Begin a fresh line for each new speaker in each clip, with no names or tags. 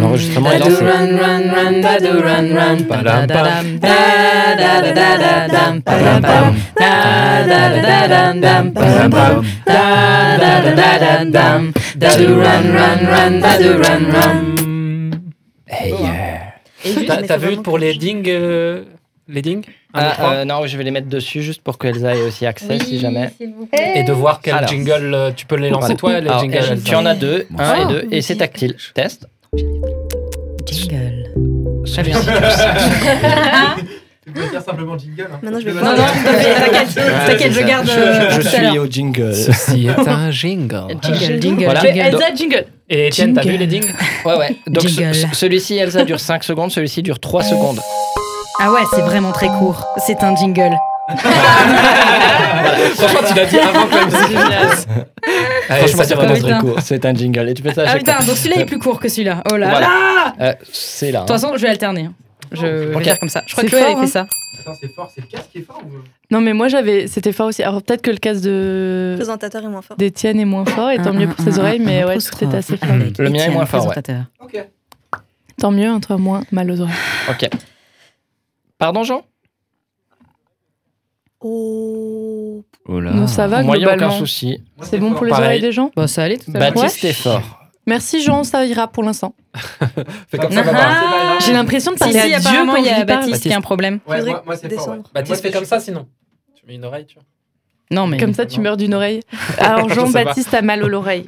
L'enregistrement est lancé.
Ah, bah,
Hey, yeah. T'as t'as vu pour les dings euh, Les dings Un, deux,
Ah,
trois
euh, non, je vais les mettre dessus juste pour qu'Elsa ait aussi accès si jamais.
euh, Et de voir quel
Alors.
jingle euh, tu peux les lancer toi, les
Alors,
jingles.
elle-
elles
tu en as deux, un et
Oh,
deux, et c'est
musique.
tactile. Test.
Jingle.
Très bien.
Tu peux dire simplement jingle. hein.
Maintenant, je vais
Parce
pas-
que
Non,
maintenant-
t'inquiète,
t'inquiète, je garde. euh,
Je
tout à l'heure.
suis au jingle.
Ceci est un jingle.
Jingle, jingle,
Voilà.
jingle.
Donc-
jingle.
Et Etienne, t'as vu
Jingle.
les dings
Ouais, ouais. Donc ce-
Jingle.
ce- celui-ci, Elsa dure 5 secondes, celui-ci dure 3
Oh.
secondes.
Ah ouais, c'est vraiment très court. C'est un jingle.
Franchement, tu l'as dit avant que la musique finisse. Allez,
Franchement,
Ah, ça
c'est
dure
vraiment
deux.
très
putain.
court. C'est un jingle. Et tu fais ça à
Ah
chaque fois.
putain, donc celui-là est plus court que celui-là. Oh là là.
Voilà. Euh, c'est
De
là. hein.
toute façon, je vais alterner. hein. Je vais
Ok.
faire comme ça. Je crois
C'est
que Chloé
fort,
avait fait ça.
Attends, c'est fort, c'est le casque qui est fort ou...
Non, mais moi j'avais. C'était fort aussi. Alors peut-être que le casque de.
Présentateur est moins fort.
d'Étienne est moins fort et tant mieux pour ses oreilles, mais ouais, c'était assez fort.
Le mien est moins fort, ouais.
Ok.
Tant mieux, un toi moins mal aux oreilles.
Ok. Pardon, Jean
Oh.
Oh là.
Non, ça va
Moyen, aucun
globalement.
souci.
Moi,
C'est bon
fort.
pour les
Pareil.
oreilles des gens
Bah ça allait tout à l'heure.
Baptiste est fort.
Merci Jean, ça ira pour l'instant.
Fais comme ça, on va voir.
Ah,
J'ai l'impression de
Si,
parler
si,
à Dieu
apparemment,
quand
il y a
je lui parle.
Baptiste qui a un problème.
Ouais,
Faudrait
moi, moi, c'est fort. Ouais.
descendre.
Baptiste, fais
Moi,
comme ça sinon. Tu mets une oreille, tu vois.
Non, mais.
Comme ça, tu meurs d'une oreille.
Je
Alors
sais
Jean-Baptiste a mal à l'oreille.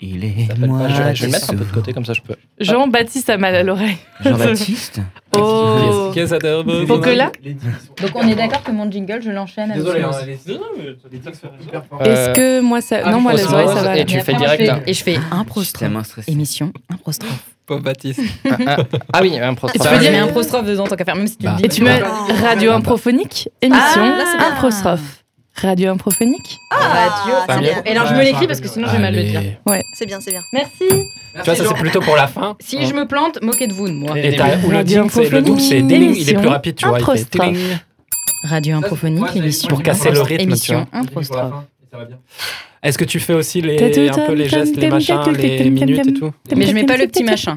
Il est.
T'appelles
moi,
pas, je, je vais le
des
mettre un peu de côté, comme ça je peux.
Jean-Baptiste a mal à l'oreille.
Jean-Baptiste
Oh
Qu'est-ce que ça te-
Faut que là-
Les dings sont-
Donc on est d'accord que mon jingle, je l'enchaîne avec
Désolé, hein,
celui-ci.
les les dings sont hyper forts.
Euh,
Est-ce que moi ça.
ah,
Non,
je
moi
pense
les
que
oreilles
c'est
ça va.
et tu
Mais
fais
après, moi, je
direct.
fais- Et je fais un
Je suis
prostrophe.
tellement stressé.
Émission, un prostrophe.
Pauvre Baptiste.
Un, un- Ah oui, un prostat.
Et tu
Tu
peux
peux
dire-
dire un prostrophe dedans, tant qu'à faire, même si tu
Bah.
le dis.
Et tu mets Radio Improphonique, émission,
Ah, là, c'est bien.
improstrophe. Radio Improphonique
Ah,
Fabien.
c'est bien.
Et alors je me l'écris parce que sinon je vais mal le dire.
Allez.
C'est bien, c'est bien.
Merci.
Tu vois, ça c'est plutôt pour la fin.
Si je me plante, moquez-vous de moi.
Et t'as- ou le ding, c'est le double, c'est ding, il est plus rapide, tu vois. Il fait
Apostrophe.
ding.
Radio
Moi,
Improphonique,
c'est-
émission.
Pour casser le rythme, tu
Émission
vois.
Improphonique.
Est-ce que tu fais aussi les,
Tatu,
un peu les
tam,
gestes, les
tam,
machins,
tam,
les
tam,
minutes et
tam,
tout
Mais je mets pas le petit machin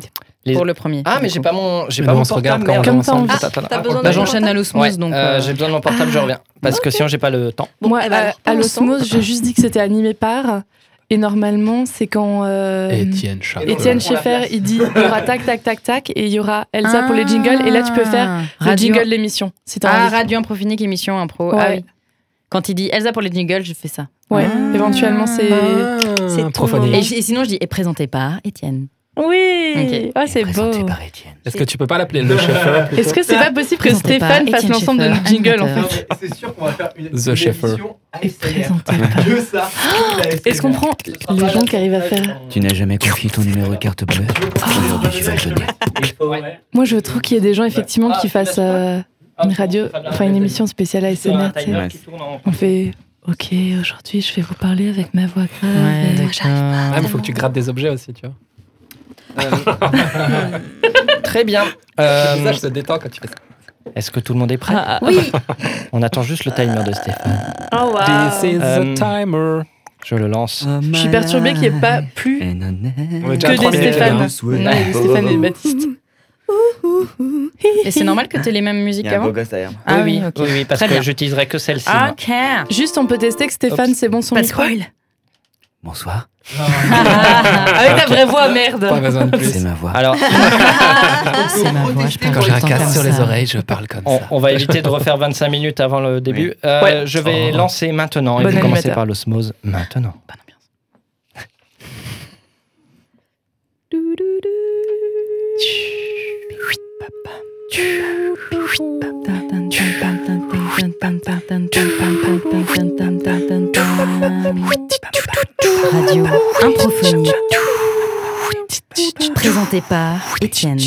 pour le premier.
Ah, mais j'ai pas mon. J'ai
Mais
pas
non,
mon
on se regarde
portable,
quand on
merde.
est
Comme ça, on
ensemble.
se-
Attends, attends,
Ah, T'as
attends.
besoin
Bah
de
j'enchaîne à
Ouais,
l'osmose donc.
euh,
euh,
j'ai besoin de mon portable,
Ah,
je reviens. Parce que sinon, j'ai pas le temps.
Moi,
eh ben,
à,
alors, pour
à
l'instant-
l'osmose, j'ai juste dit que c'était animé par. Et normalement, c'est quand. euh,
Étienne Chat.
Étienne
Pour la
Schaeffer,
place.
il dit il y aura tac, tac, tac, tac, et il y aura Elsa pour les jingles. Et là, tu peux faire le
Ah. Radio-
jingle de l'émission, si t'as
Ah,
envie.
Radio Improphonique, émission Impro.
Ouais.
Ah oui. Quand il dit Elsa pour les jingles, je fais ça.
Ouais,
Ah.
éventuellement, c'est.
Ah,
C'est ton
Et,
moment.
j- et sinon, je dis et présenté par Étienne.
Oui
Ok.
Ah, c'est beau
Présenté par Étienne.
Est-ce que tu peux pas l'appeler
Ah.
le chauffeur
Est-ce que c'est pas possible que
Présenté par
Stéphane fasse
Étienne
l'ensemble de
Schaeffer,
nos jingles, en fait
animateur.
C'est sûr qu'on va faire une,
The
une
Schaeffer.
émission ASMR.
Présenté
Que ça.
Est-ce qu'on prend les gens qui arrivent à faire
Tu n'as jamais confié ton numéro carte bleue Aujourd'hui, tu vas le donner.
Ah,
Moi, je trouve qu'il y a des gens, effectivement, qui fassent euh, une radio, enfin une émission spéciale ASMR. tu sais.
timer.
On fait Ok, aujourd'hui, je vais vous parler avec ma voix grave.
Ouais,
Ah, mais faut que tu grattes des objets aussi, tu vois.
Très bien.
Le
Euh,
visage se détend quand tu fais ça.
Est-ce que tout le monde est prêt
Ah.
Oui.
On attend juste le timer de Stéphane.
Oh,
This is
Euh,
the timer.
Je le lance.
Je suis perturbée qu'il n'y ait pas plus
On est déjà à
que
trois
des
minutes, hein.
Stéphane. Non, il y a des Stéphane et des Baptiste.
Et c'est normal que tu aies les mêmes musiques qu'avant
gosse derrière moi.
Ah
oui, oui,
ok.
oui, oui, parce
Très
que
bien.
j'utiliserai que celle-ci.
Ah.
moi.
Ok.
Juste, on peut tester que Stéphane, c'est bon son
Pas de
micro.
spoil.
Bonsoir,
Ah,
Avec ta vraie voix,
Pas
merde.
besoin de
c'est
plus.
ma voix.
Alors,
C'est ma voix, je parle
Quand j'ai
tout
un
le temps
casque sur
comme
les
ça.
oreilles, je parle comme
on,
ça.
on va éviter de refaire 25 minutes avant le début. Euh,
Ouais.
Je vais
Oh.
lancer maintenant et
Bon
vous commencez
animateur.
par l'osmose maintenant.
Radio Improphonie. Présenté par Étienne.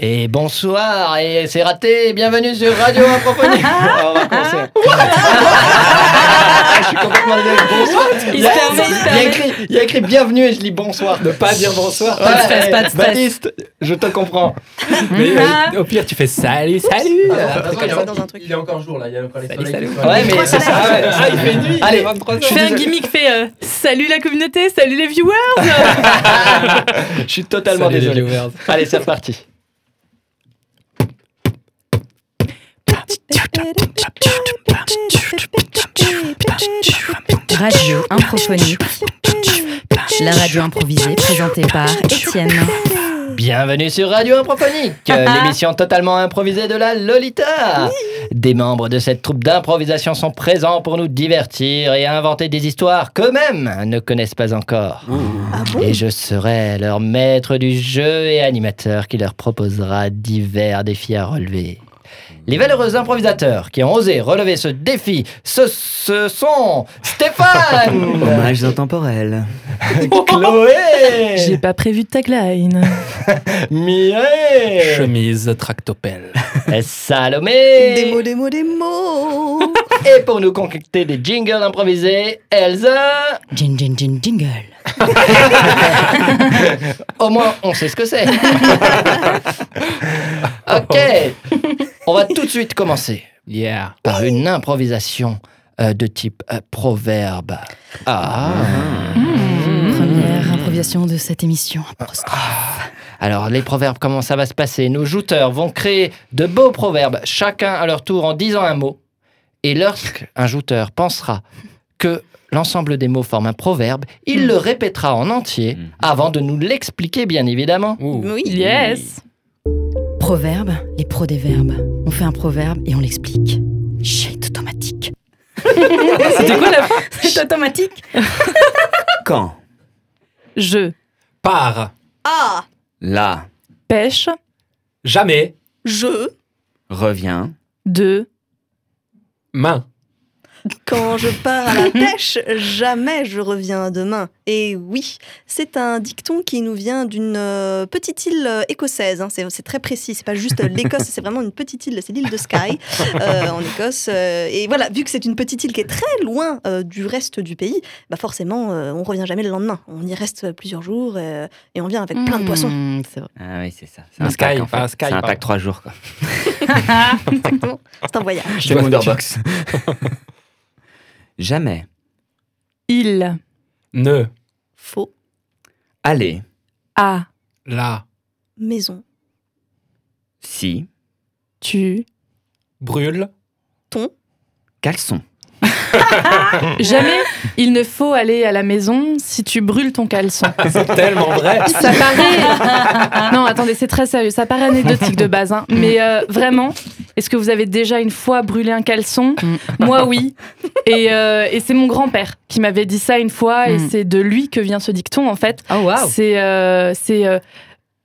Et bonsoir, et c'est raté, bienvenue sur Radio Improponie. On va commencer. Je suis complètement désolé. Bonsoir.
Il
y a-
se permet, il se
il y a
permet.
écrit- Il y a écrit bienvenue et je lis bonsoir.
Ne pas dire bonsoir.
Pas de stress,
Ouais,
pas de stress.
Baptiste, je te comprends.
Mais,
Ah.
euh, au pire, tu fais salut, salut.
Ah,
un
de toute façon, il y
truc comme
a-
ça.
dans un truc.
Il y a encore jour là, il y a encore les
Salut,
soleils qui
salut.
sont
Ouais,
allumés.
mais c'est ça. ouais.
Ah, il fait nuit.
Allez,
il est 23
je suis
Fais un
désolé.
gimmick, fais euh, salut la communauté, salut les viewers.
Je suis totalement
Salut les
désolé.
viewers.
Allez, c'est reparti.
Radio Improphonie, la radio improvisée présentée par Étienne.
Bienvenue sur Radio Improphonique, euh, l'émission totalement improvisée de la Lolita. Des membres de cette troupe d'improvisation sont présents pour nous divertir et inventer des histoires qu'eux-mêmes ne connaissent pas encore.
Ah bon
Et je serai leur maître du jeu et animateur qui leur proposera divers défis à relever. Les valeureux improvisateurs qui ont osé relever ce défi, ce, ce sont Stéphane,
Hommage intemporel.
J'ai
Chloé,
pas prévu de tagline.
Mireille,
Chemise tractopelle.
Salomé.
Des mots, des mots, des mots.
Et pour nous concocter des jingles improvisés, Elsa,
Jin, jin, jin, jingle.
au moins on sait ce que c'est. ok, on va tout de suite commencer
Yeah.
par une improvisation euh, de type euh, proverbe. Ah.
Mmh.
Première improvisation de cette émission.
Alors les proverbes, comment ça va se passer Nos jouteurs vont créer de beaux proverbes, chacun à leur tour en disant un mot. Et lorsqu'un jouteur pensera que l'ensemble des mots forme un proverbe, il le répétera en entier
Mm.
avant de nous l'expliquer bien évidemment.
Ouh.
Oui.
Yes.
Proverbe, les pros des verbes. On fait un proverbe et on l'explique. Shit automatique.
C'était quoi la fin
C'est automatique
Quand
Je
Par.
Ah,
la
pêche
Jamais.
je,
revient,
de
Main.
quand je pars à la pêche, jamais je reviens demain. Et oui, c'est un dicton qui nous vient d'une euh, petite île euh, écossaise. hein. C'est c'est très précis, c'est pas juste euh, l'Écosse, c'est vraiment une petite île, c'est l'île de Skye euh, en Écosse. Euh, et voilà, vu que c'est une petite île qui est très loin euh, du reste du pays, bah forcément, euh, on revient jamais le lendemain. On y reste plusieurs jours euh, et on vient avec
Hmm,
plein de poissons.
Mmh, c'est vrai.
Ah oui, c'est ça. C'est
Un
un
Sky,
pack, en
pas un
fait.
Sky,
C'est un
pardon.
pack 3 jours, quoi.
Exactement, c'est un voyage.
Je
Chez
vois-
Wonderbox. Jamais.
il
Ne.
Faux,
Aller.
a
La.
maison,
Si.
tu
Brûle.
Caleçon.
jamais il ne faut aller à la maison si tu brûles ton caleçon.
C'est tellement vrai.
Ça paraît. non, attendez, c'est très sérieux. Ça paraît anecdotique de base, hein. mais euh, vraiment, est-ce que vous avez déjà une fois brûlé un caleçon
Mm.
Moi, oui. Et, euh, et c'est mon grand-père qui m'avait dit ça une fois, et
Mm.
c'est de lui que vient ce dicton en fait.
Oh waouh
C'est, euh, c'est. euh,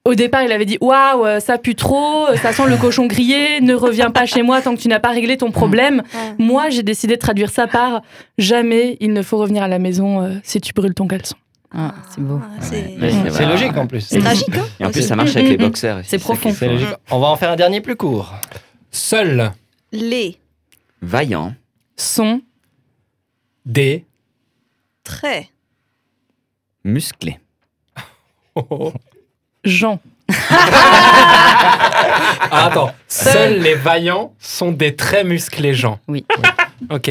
au départ, il avait dit Waouh, euh, ça pue trop, euh, ça sent le cochon grillé, ne reviens pas chez moi tant que tu n'as pas réglé ton problème.
Ah.
Moi, j'ai décidé de traduire ça par Jamais il ne faut revenir à la maison euh, si tu brûles ton caleçon.
Ah, C'est beau.
Ah, c'est-
Ouais,
C'est
vrai.
logique en plus.
C'est tragique, hein
Et en plus, ça marche avec les boxeurs. aussi,
C'est
ça qui est
profond.
fou.
C'est logique. On va en faire un dernier plus court.
Seul.
Les
Vaillant.
Son,
Des.
traits.
Musclé.
Jean.
Ah, attends. Seuls les vaillants sont des très musclés gens.
Oui.
Ok.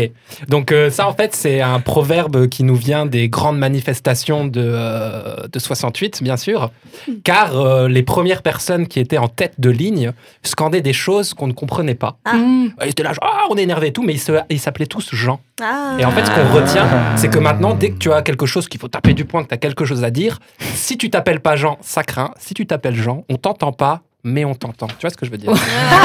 Donc euh, ça, en fait, c'est un proverbe qui nous vient des grandes manifestations de, euh, de 68, bien sûr, car euh, les premières personnes qui étaient en tête de ligne scandaient des choses qu'on ne comprenait pas.
Ah.
Mm.
Ils étaient là, genre, ah, on est énervé et tout, mais ils se- ils s'appelaient tous Jean.
Ah.
Et en fait, ce qu'on retient, c'est que maintenant, dès que tu as quelque chose qu'il faut taper du poing, que tu as quelque chose à dire, si tu t'appelles pas Jean, ça craint. Si tu t'appelles Jean, on t'entend pas, mais on t'entend. Tu vois ce que je veux dire On te
Ah.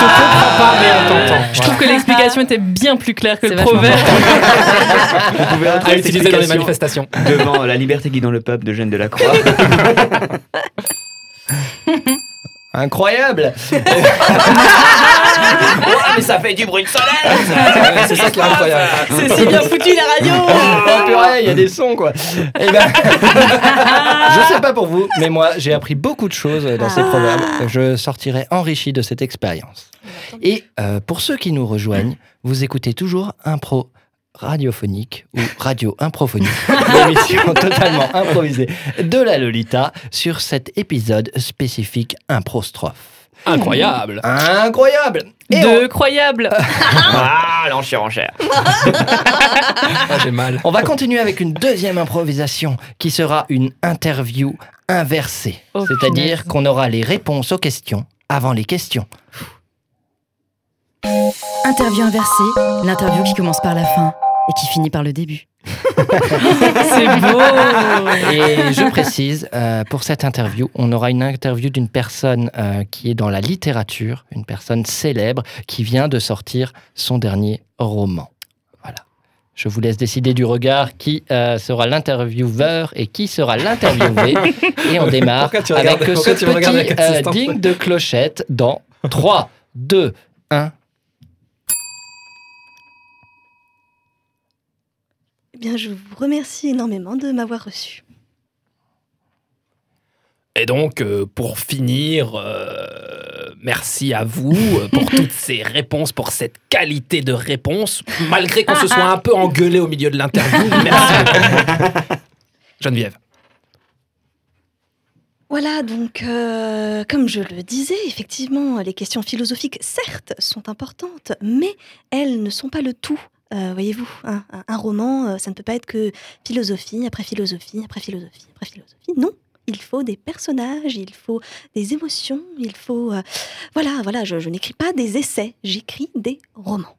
comprend pas, mais on t'entend.
Je trouve que l'explication était bien plus claire que
C'est
le
vachement
proverbe.
Vous pouvez
Voilà. À utiliser dans les manifestations.
devant euh, la liberté guidant le peuple de Jeanne de la Croix.
Incroyable Ouah, mais ça fait du bruit de soleil
c'est ça qui est incroyable.
C'est si bien foutu la radio
Oh purée, il y a des sons quoi. Eh ben, je sais pas pour vous, mais moi j'ai appris beaucoup de choses dans ces proverbes. Je sortirai enrichi de cette expérience. Et euh, pour ceux qui nous rejoignent, vous écoutez toujours Impro radiophonique ou radio improphonique, l'émission totalement improvisée de la Lolita sur cet épisode spécifique improstrophe.
Incroyable.
Incroyable Et on-
De croyable.
Ah, là, en surenchère.
Ah, j'ai mal.
On va continuer avec une deuxième improvisation qui sera une interview inversée.
Oh,
C'est-à-dire qu'on aura les réponses aux questions avant les questions.
Interview inversée, l'interview qui commence par la fin et qui finit par le début.
C'est beau.
Et je précise, euh, pour cette interview, on aura une interview d'une personne euh, qui est dans la littérature, une personne célèbre qui vient de sortir son dernier roman. Voilà. Je vous laisse décider du regard qui euh, sera l'intervieweur et qui sera l'interviewé. et on démarre
Pourquoi tu
avec
regardes-
ce
pourquoi tu me regardes
petit
avec
euh,
insistance
ding de clochette dans 3, 2, 1.
Eh bien, je vous remercie énormément de m'avoir reçu.
Et donc, euh, pour finir, euh, merci à vous euh, pour toutes ces réponses, pour cette qualité de réponse, malgré qu'on se soit un peu engueulé au milieu de l'interview. Merci. Geneviève.
Voilà, donc, euh, comme je le disais, effectivement, les questions philosophiques, certes, sont importantes, mais elles ne sont pas le tout. Euh, Voyez-vous, un, un- un roman, euh, ça ne peut pas être que philosophie après philosophie, après philosophie, après philosophie. Non, il faut des personnages, il faut des émotions, il faut... euh, voilà, voilà, je, je n'écris pas des essais, j'écris des romans.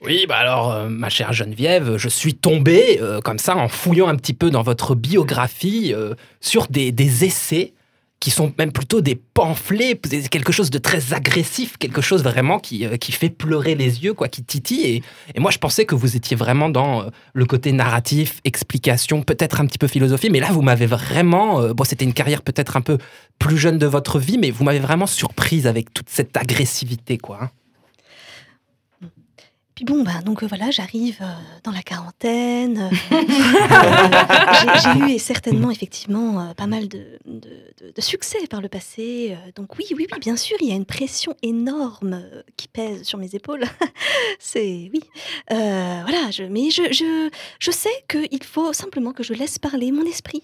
Oui, bah alors, euh, ma chère Geneviève, je suis tombé, euh, comme ça, en fouillant un petit peu dans votre biographie, euh, sur des, des essais qui sont même plutôt des pamphlets, c'est quelque chose de très agressif, quelque chose vraiment qui, euh, qui fait pleurer les yeux, quoi, qui titille. Et, et moi, je pensais que vous étiez vraiment dans euh, le côté narratif, explication, peut-être un petit peu philosophie, mais là, vous m'avez vraiment... euh, bon, c'était une carrière peut-être un peu plus jeune de votre vie, mais vous m'avez vraiment surprise avec toute cette agressivité, quoi. hein.
Puis bon, bah, donc euh, voilà, j'arrive euh, dans la quarantaine. euh, j'ai- j'ai eu et certainement, effectivement, euh, pas mal de, de- de- de succès par le passé. euh, donc oui, oui, oui, bien sûr, il y a une pression énorme euh, qui pèse sur mes épaules. C'est oui. Euh, voilà, je, mais je, je, je sais qu'il faut simplement que je laisse parler mon esprit.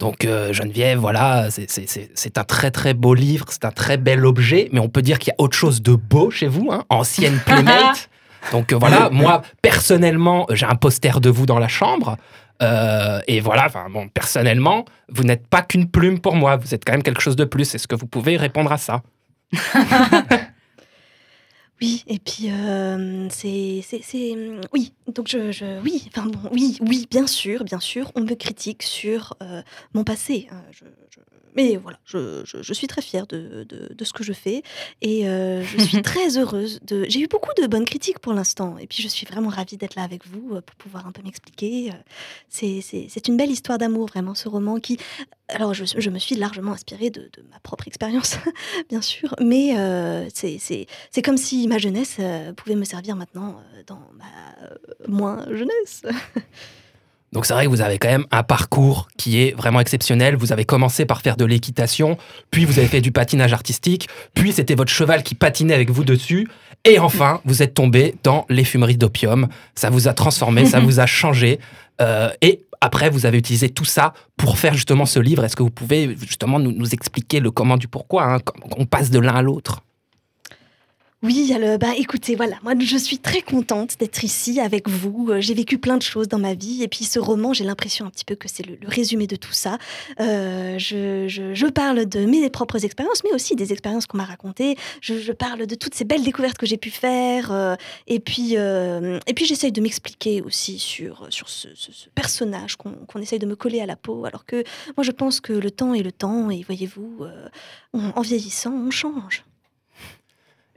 Donc euh, Geneviève, voilà, c'est- c'est c'est- c'est un très très beau livre, c'est un très bel objet, mais on peut dire qu'il y a autre chose de beau chez vous, hein, ancienne playmate. Donc euh, voilà, moi personnellement, j'ai un poster de vous dans la chambre. euh, et voilà, enfin bon, personnellement, vous n'êtes pas qu'une plume pour moi, vous êtes quand même quelque chose de plus. Est-ce que vous pouvez répondre à ça
Oui, et puis euh, c'est, c'est, c'est- mm, oui, donc je, je- oui, enfin bon, oui, oui, bien sûr, bien sûr, on me critique sur euh, mon passé. hein, je- je- mais voilà, je, je- je suis très fière de, de- de ce que je fais et euh, je suis très heureuse. De, j'ai eu beaucoup de bonnes critiques pour l'instant et puis je suis vraiment ravie d'être là avec vous euh, pour pouvoir un peu m'expliquer. euh, C'est, c'est- c'est une belle histoire d'amour vraiment ce roman qui, alors je, je me suis largement inspirée de, de ma propre expérience bien sûr, mais euh, c'est, c'est, c'est comme si ma jeunesse euh, pouvait me servir maintenant euh, dans ma euh, moins jeunesse.
Donc c'est vrai que vous avez quand même un parcours qui est vraiment exceptionnel. Vous avez commencé par faire de l'équitation, puis vous avez fait du patinage artistique, puis c'était votre cheval qui patinait avec vous dessus, et enfin vous êtes tombé dans les fumeries d'opium. Ça vous a transformé, ça vous a changé, Euh, et après vous avez utilisé tout ça pour faire justement ce livre. Est-ce que vous pouvez justement nous, nous expliquer le comment du pourquoi hein, comment On passe de l'un à l'autre.
Oui, alors, bah, écoutez, voilà, moi je suis très contente d'être ici avec vous. Euh, J'ai vécu plein de choses dans ma vie et puis ce roman, j'ai l'impression un petit peu que c'est le, le résumé de tout ça. Euh, je, je- je parle de mes propres expériences, mais aussi des expériences qu'on m'a racontées. Je, je parle de toutes ces belles découvertes que j'ai pu faire euh, et puis, euh, et puis j'essaye de m'expliquer aussi sur, sur ce, ce- ce personnage qu'on qu'on essaye de me coller à la peau, alors que moi je pense que le temps est le temps et voyez-vous, euh, on- en vieillissant, on change.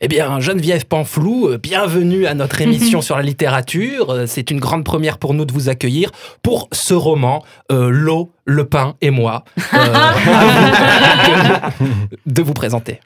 Eh bien, Geneviève Panflou, euh, bienvenue à notre émission sur la littérature. Euh, C'est une grande première pour nous de vous accueillir pour ce roman, euh, L'eau, le pain et moi, euh, à vous de de vous présenter.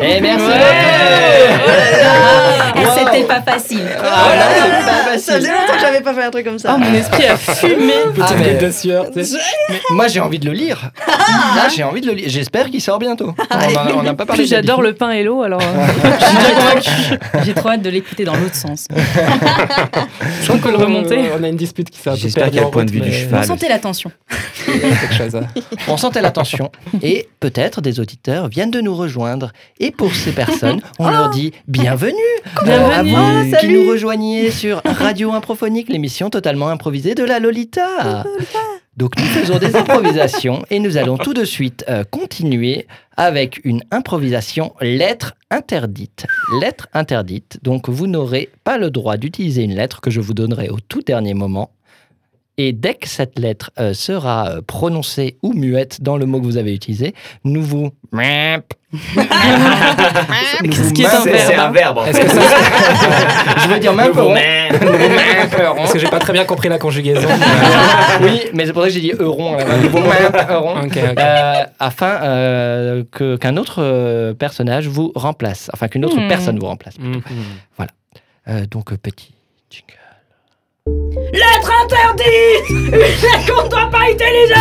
Et Eh, merci
Ouais.
beaucoup.
Ah,
Eh, C'était pas facile.
Voilà, c'est pas
Ah, bah, Ça
facile.
faisait longtemps que j'avais pas fait un truc comme ça.
Oh, mon esprit a fumé.
Petite
Ah, mais-
gueule de sueur, tu sais.
Mais moi, j'ai envie de le lire. Là, j'ai envie de le lire. J'espère qu'il sort bientôt. On en a- On n'a pas parlé.
Plus j'adore
d'habitude.
le pain et l'eau, alors. euh,
J'ai trop hâte de l'écouter dans l'autre sens.
Je crois
peut le remonter.
Euh, On a une dispute qui s'est un peu
J'espère
perdue
qu'il y a
en
le point de
route,
vue du
mais-
On
cheval.
sentait la tension.
quelque chose.
On sentait la tension. Et peut-être des auditeurs viennent de nous rejoindre. Et pour ces personnes, on leur dit bienvenue.
Oh. Bienvenue.
à vous
Ah,
qui
salut.
nous rejoignez sur Radio Improphonique, l'émission totalement improvisée de la Lolita. Donc nous faisons des improvisations et nous allons tout de suite euh, continuer avec une improvisation lettre interdite. Lettre interdite. Donc vous n'aurez pas le droit d'utiliser une lettre que je vous donnerai au tout dernier moment. Et dès que cette lettre euh, sera euh, prononcée ou muette dans le mot que vous avez utilisé, nous vous... Nous vous
ce qui est un
mincerons-
verbe. hein.
verbe.
Est-ce que ça-
Je veux dire même
Nous vous
Parce
Parce
que
que j'ai pas très bien compris la conjugaison.
Oui, mais c'est pour ça que j'ai dit euron. là. Nous vous mincerons.
Ok, ok.
Euh, afin euh, que- qu'un autre euh, personnage vous remplace, enfin qu'une autre
Hmm.
personne vous remplace.
Mm.
Euh, donc euh, petit jingle.
Lettre interdite Une lettre qu'on ne doit pas utiliser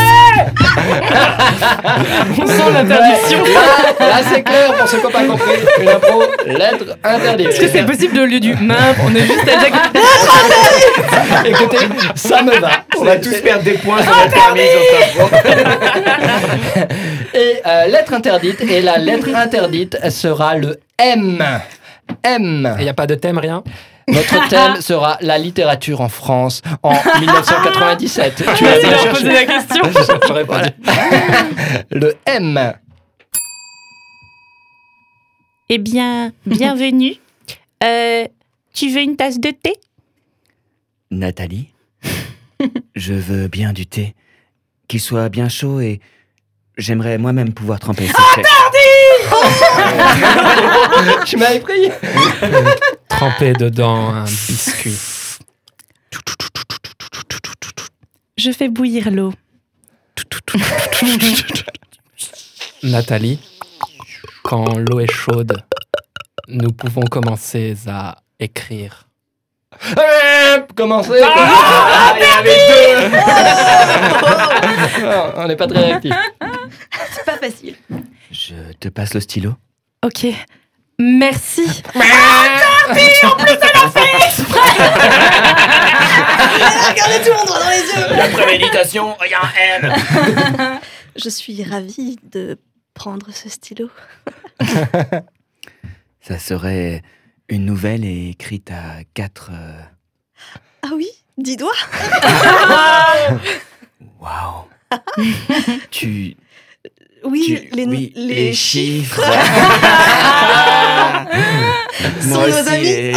On sent l'interdiction.
Là, là, c'est clair pour ceux qui n'ont pas compris. Une impro, lettre interdite.
Est-ce que c'est possible de au lieu du main, on est juste à dire que-
Écoutez, ça me va.
On va tous perdre des points sur la
Et euh, lettre interdite. Et la lettre interdite sera le M. M.
Et il n'y a pas de thème, rien
Notre thème sera la littérature en France en 1997. Tu as
Merci
bien
d'avoir
cherché.
posé la question.
J'aurais pas dit.
Le M.
Eh bien, bienvenue. Euh, tu veux une tasse de thé
Nathalie, je veux bien du thé, qu'il soit bien chaud et j'aimerais moi-même pouvoir tremper. ce chèque.
Tu m'avais pris.
Tremper dedans un biscuit.
Je fais bouillir l'eau.
Nathalie, quand l'eau est chaude, nous pouvons commencer à écrire.
Hop, Commencez. Ah, On n'est pas très réactifs.
C'est pas facile.
Je te passe le stylo.
Ok. Merci.
Regardez tout le monde droit dans les yeux.
La préméditation, il y a un M.
Je suis ravie de prendre ce stylo.
Ça serait une nouvelle et écrite à quatre. euh,
Ah oui, dis doigts.
Waouh. tu,
Oui,
tu-
les,
oui,
les,
chiffres.
Sont
Moi
nos
aussi,
amis.
les-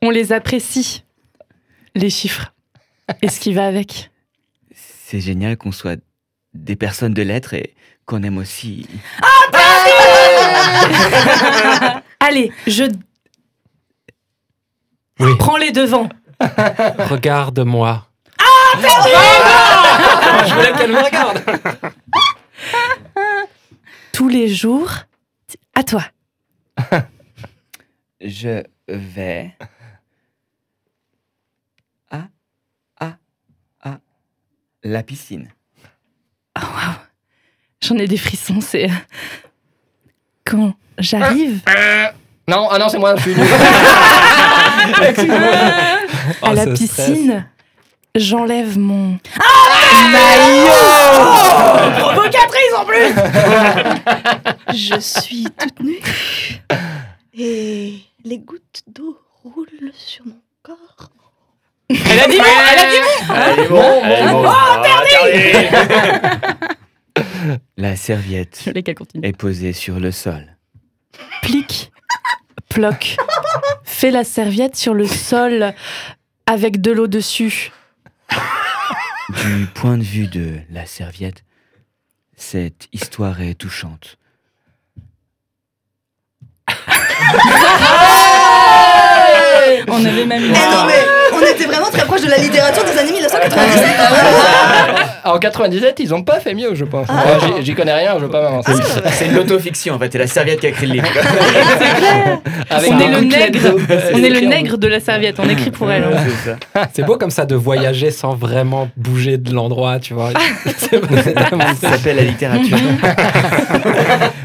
On les apprécie, les chiffres. Et ce qui va avec.
C'est génial qu'on soit des personnes de lettres et qu'on aime aussi.
Allez, je
Oui.
prends les devants.
Regarde-moi.
Ah,
Je voulais qu'elle me regarde.
Tous les jours, à toi.
Je vais. À. À. À. ah, La piscine.
J'en ai des frissons, c'est. euh, Quand j'arrive
Non, ah non, c'est moi. Je suis nul.
à
ah,
Oh,
la
ce stress.
piscine, j'enlève mon.
Ah, oh
Provocatrice en plus
Je suis toute nue et les gouttes d'eau roulent sur mon corps.
Elle a dit Elle a dit
Allez, bon, bon, bon. Interdit
La serviette
Je voulais qu'elle continue.
est posée sur le sol.
Plic, ploc. Fais la serviette sur le sol avec de l'eau dessus.
Du point de vue de la serviette, Cette histoire est touchante.
On avait même
Ah.
eu.
Eh non, mais on était vraiment très proche de la littérature des années 1997.
Ah,
En 97, ils ont pas fait mieux, je pense.
Ah.
Euh, j'y- J'y connais rien, je veux pas m'avancer.
C'est une autofiction en fait, c'est la serviette qui a écrit le livre.
Avec
on
un
est le
coup de clé
nègre,
dedans.
on est le nègre de la serviette. On écrit pour elle. hein.
Ah, C'est beau comme ça de voyager sans vraiment bouger de l'endroit, tu vois. C'est vraiment-
Ça s'appelle la littérature.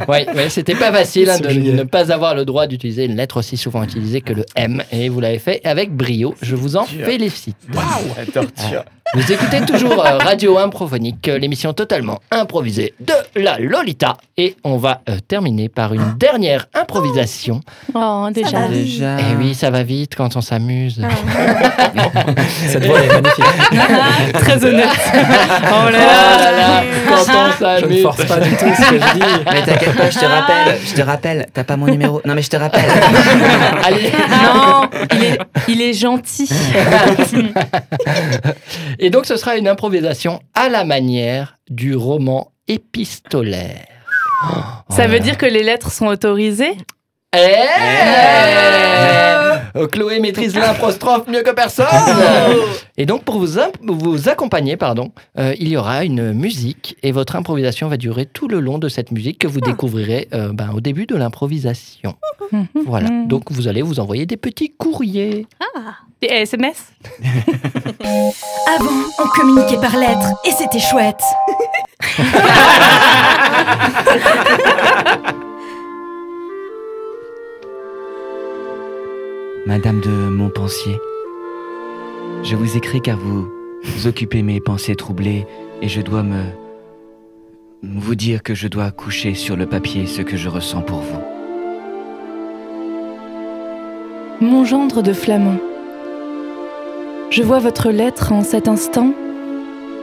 Ouais, ouais, c'était pas facile hein, de
C'est génial.
ne pas avoir le droit d'utiliser une lettre aussi souvent utilisée que le M, et vous l'avez fait avec brio. Je vous en
Dieu.
félicite.
La torture.
Vous écoutez toujours euh, Radio Improphonique, euh, l'émission totalement improvisée de la Lolita, et on va euh, terminer par une dernière improvisation.
Oh, déjà.
Ah.
Déjà.
Et oui, ça va vite quand on s'amuse.
Cette voix elle est magnifique.
Très honnête.
Oh là là, Hein quand on
Je ne
s'amuse.
force pas du tout ce que je dis.
Mais t'inquiète pas, je te rappelle, je te rappelle, t'as pas mon numéro. Non mais je te rappelle.
Allez.
Non, il est, il est gentil.
Et donc, ce sera une improvisation à la manière du roman épistolaire.
Ça veut dire que les lettres sont autorisées
Eh
Eh
Oh, Chloé maîtrise l'impostrophe mieux que personne Et donc, pour vous, imp- vous accompagner, pardon, euh, il y aura une musique et votre improvisation va durer tout le long de cette musique que
Ah.
vous découvrirez euh, ben, au début de l'improvisation. Voilà,
Hmm.
donc vous allez vous envoyer des petits courriers.
Des SMS
Avant, on communiquait par lettres et c'était chouette.
Madame de Montpensier, je vous écris car vous occupez mes pensées troublées et je dois me. vous dire que je dois coucher sur le papier ce que je ressens pour vous.
Mon gendre de Flamand. Je vois votre lettre en cet instant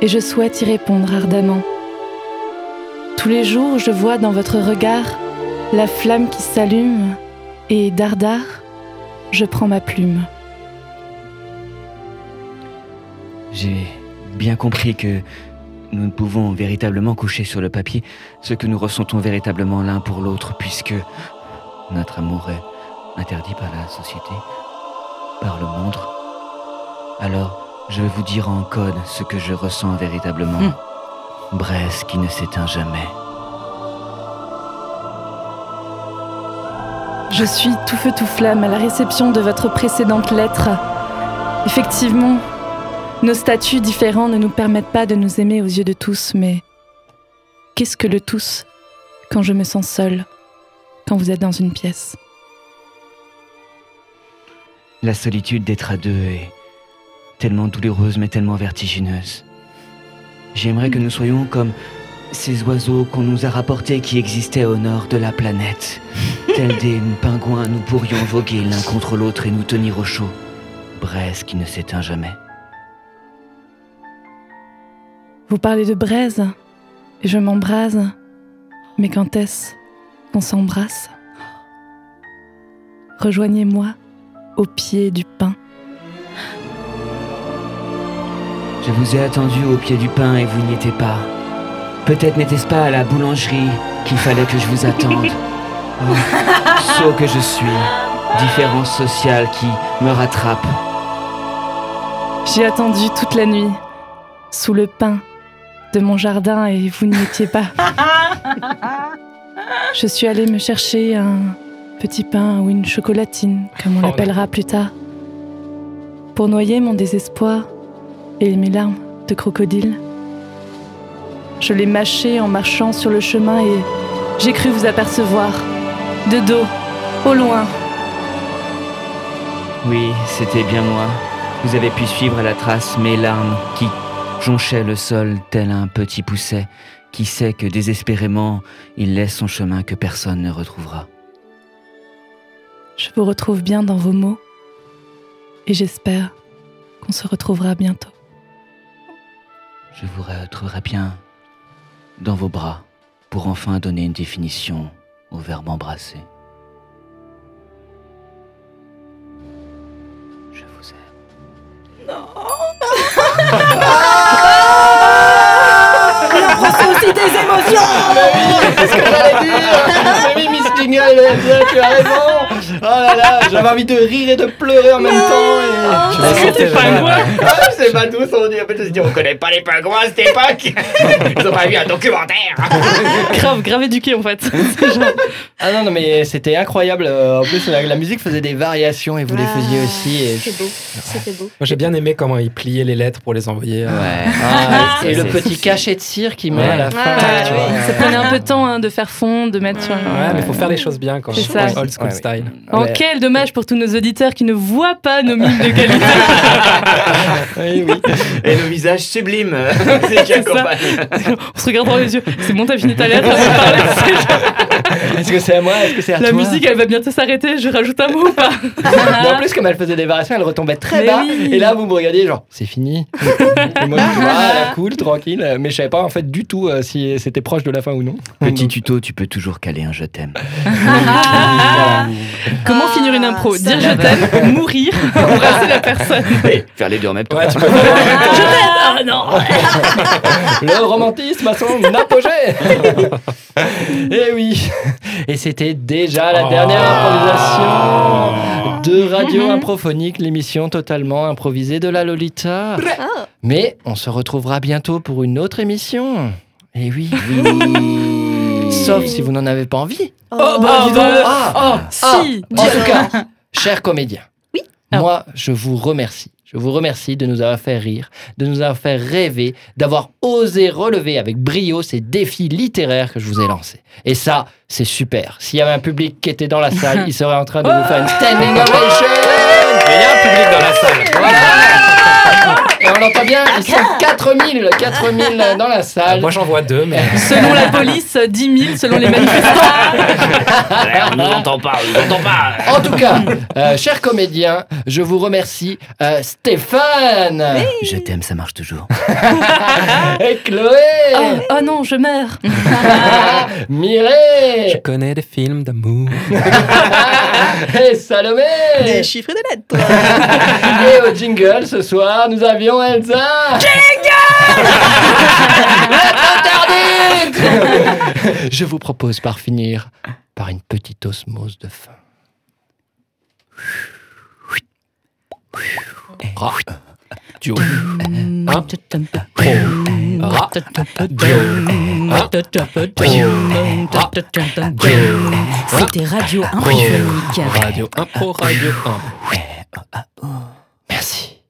et je souhaite y répondre ardemment. Tous les jours, je vois dans votre regard la flamme qui s'allume et dardard, je prends ma plume.
J'ai bien compris que nous ne pouvons véritablement coucher sur le papier ce que nous ressentons véritablement l'un pour l'autre puisque notre amour est interdit par la société, par le monde. Alors, je vais vous dire en code ce que je ressens véritablement. Braise qui ne s'éteint jamais.
Je suis tout feu tout flamme à la réception de votre précédente lettre. Effectivement, nos statuts différents ne nous permettent pas de nous aimer aux yeux de tous, mais qu'est-ce que le tous quand je me sens seule, quand vous êtes dans une pièce
La solitude d'être à deux est tellement douloureuse mais tellement vertigineuse. J'aimerais que nous soyons comme ces oiseaux qu'on nous a rapportés qui existaient au nord de la planète. Tels des pingouins, nous pourrions voguer l'un contre l'autre et nous tenir au chaud. Braise qui ne s'éteint jamais.
Vous parlez de braise, et je m'embrase, mais quand est-ce qu'on s'embrasse Rejoignez-moi au pied du pin.
Je vous ai attendu au pied du pin et vous n'y étiez pas. Peut-être n'était-ce pas à la boulangerie qu'il fallait que je vous attende. Oh, sot que je suis. Différence sociale qui me rattrape.
J'ai attendu toute la nuit, sous le pin de mon jardin, et vous n'y étiez pas. Je suis allée me chercher un petit pain ou une chocolatine, comme on
Oh,
l'appellera plus tard, pour noyer mon désespoir et mes larmes de crocodile. Je l'ai mâché en marchant sur le chemin et j'ai cru vous apercevoir, de dos, au loin.
Oui, c'était bien moi. Vous avez pu suivre à la trace mes larmes qui jonchaient le sol tel un petit pousset qui sait que désespérément il laisse son chemin que personne ne retrouvera.
Je vous retrouve bien dans vos mots et j'espère qu'on se retrouvera bientôt.
Je vous retrouverai bien dans vos bras pour enfin donner une définition au verbe embrasser. Je vous aime.
L'impro
que Ah, c'est aussi des émotions
C'est ce que j'allais dire J'ai mis Miss Jingle et Léa Zé, tu as raison Oh là là, j'avais envie de rire et de pleurer en même temps et...
Tu vas sortir les pingouins
Ah, je sais pas d'où sont dit, en fait, je me suis dit, on connaît pas les pingouins à cette époque Ils ont pas vu un documentaire
grave, grave éduqué en fait. C'est genre-
Ah non, non, mais c'était incroyable. Euh, En plus, la, la musique faisait des variations et vous les faisiez aussi. Et...
C'était Ah. beau. C'était beau.
Moi, j'ai bien aimé comment il pliait les lettres pour les envoyer. euh.
Ah,
c'est-
et le
c'est-
petit cachet de cire qu'il met
Ouais.
à la fin.
Ouais,
tu
ouais,
vois.
ouais.
Ça prenait un peu de temps hein, de faire fond, de mettre sur.
Ouais, mais faut faire les choses bien quand
C'est
même.
ça.
Old school
Ouais,
style.
Oh,
Ouais.
quel dommage pour tous nos auditeurs qui ne voient pas nos mimes de qualité.
Oui, oui.
Et nos visages sublimes, euh, c'est qui
C'est ça.
accompagne.
On se regarde dans les yeux. C'est bon, t'as fini ta lettre avant de parler. C'est genre,
Est-ce que c'est à moi Est-ce que c'est à
La
toi
musique, elle va bientôt s'arrêter. Je rajoute un mot ou pas
Mais en plus, comme elle faisait des variations, elle retombait très
Uh-huh. Mais
bas.
oui. Uh-huh.
Et là, vous me regardiez, genre, c'est fini. et moi, je dis, ah, elle est cool, tranquille. Mais je savais pas, en fait, du tout euh, si c'était proche de la fin ou non.
Petit tuto, tu peux toujours caler un je t'aime.
Ah.
Comment finir
Ah,
une impro Dire je t'aime, mourir, embrasser la personne.
Et faire les deux en même temps.
Ouais, tu peux
Ah non
Le romantisme à son apogée Et oui Et c'était déjà la dernière improvisation de
Mm-hmm.
Radio Improphonique, l'émission totalement improvisée de la Lolita.
Ah.
Mais on se retrouvera bientôt pour une autre émission. Et oui, Sauf si vous n'en avez pas envie.
Oh,
bah, dis
Euh,
donc.
Ah,
Si
en tout cas, chers comédiens, moi, je vous remercie. Je vous remercie de nous avoir fait rire, de nous avoir fait rêver, d'avoir osé relever avec brio ces défis littéraires que je vous ai lancés. Et ça, c'est super. S'il y avait un public qui était dans la salle, il serait en train de vous faire une standing ovation.
Mais il y a un public dans la salle.
Et on l'entend bien, ils sont 4000, 4000 dans la salle.
Ah, Moi, j'en vois deux, mais.
Selon la police, 10 000 selon les manifestants.
On nous entend pas, on nous entend pas.
En tout cas, euh, chers comédiens, je vous remercie. Euh, Stéphane
Je t'aime, ça marche toujours.
et Chloé,
Oh, oh non, je meurs.
Je
Mireille
connais des films d'amour.
et Salomé.
Des chiffres et des lettres. toi.
Et au jingle ce soir, nous avions Elsa. Jingle Interdite Je vous propose par finir par une petite osmose de fin. Ra.
Duo.
Un.
Ra. Duo. Ra.
C'était Radio Improphonique.
Radio Impro Radio Impro.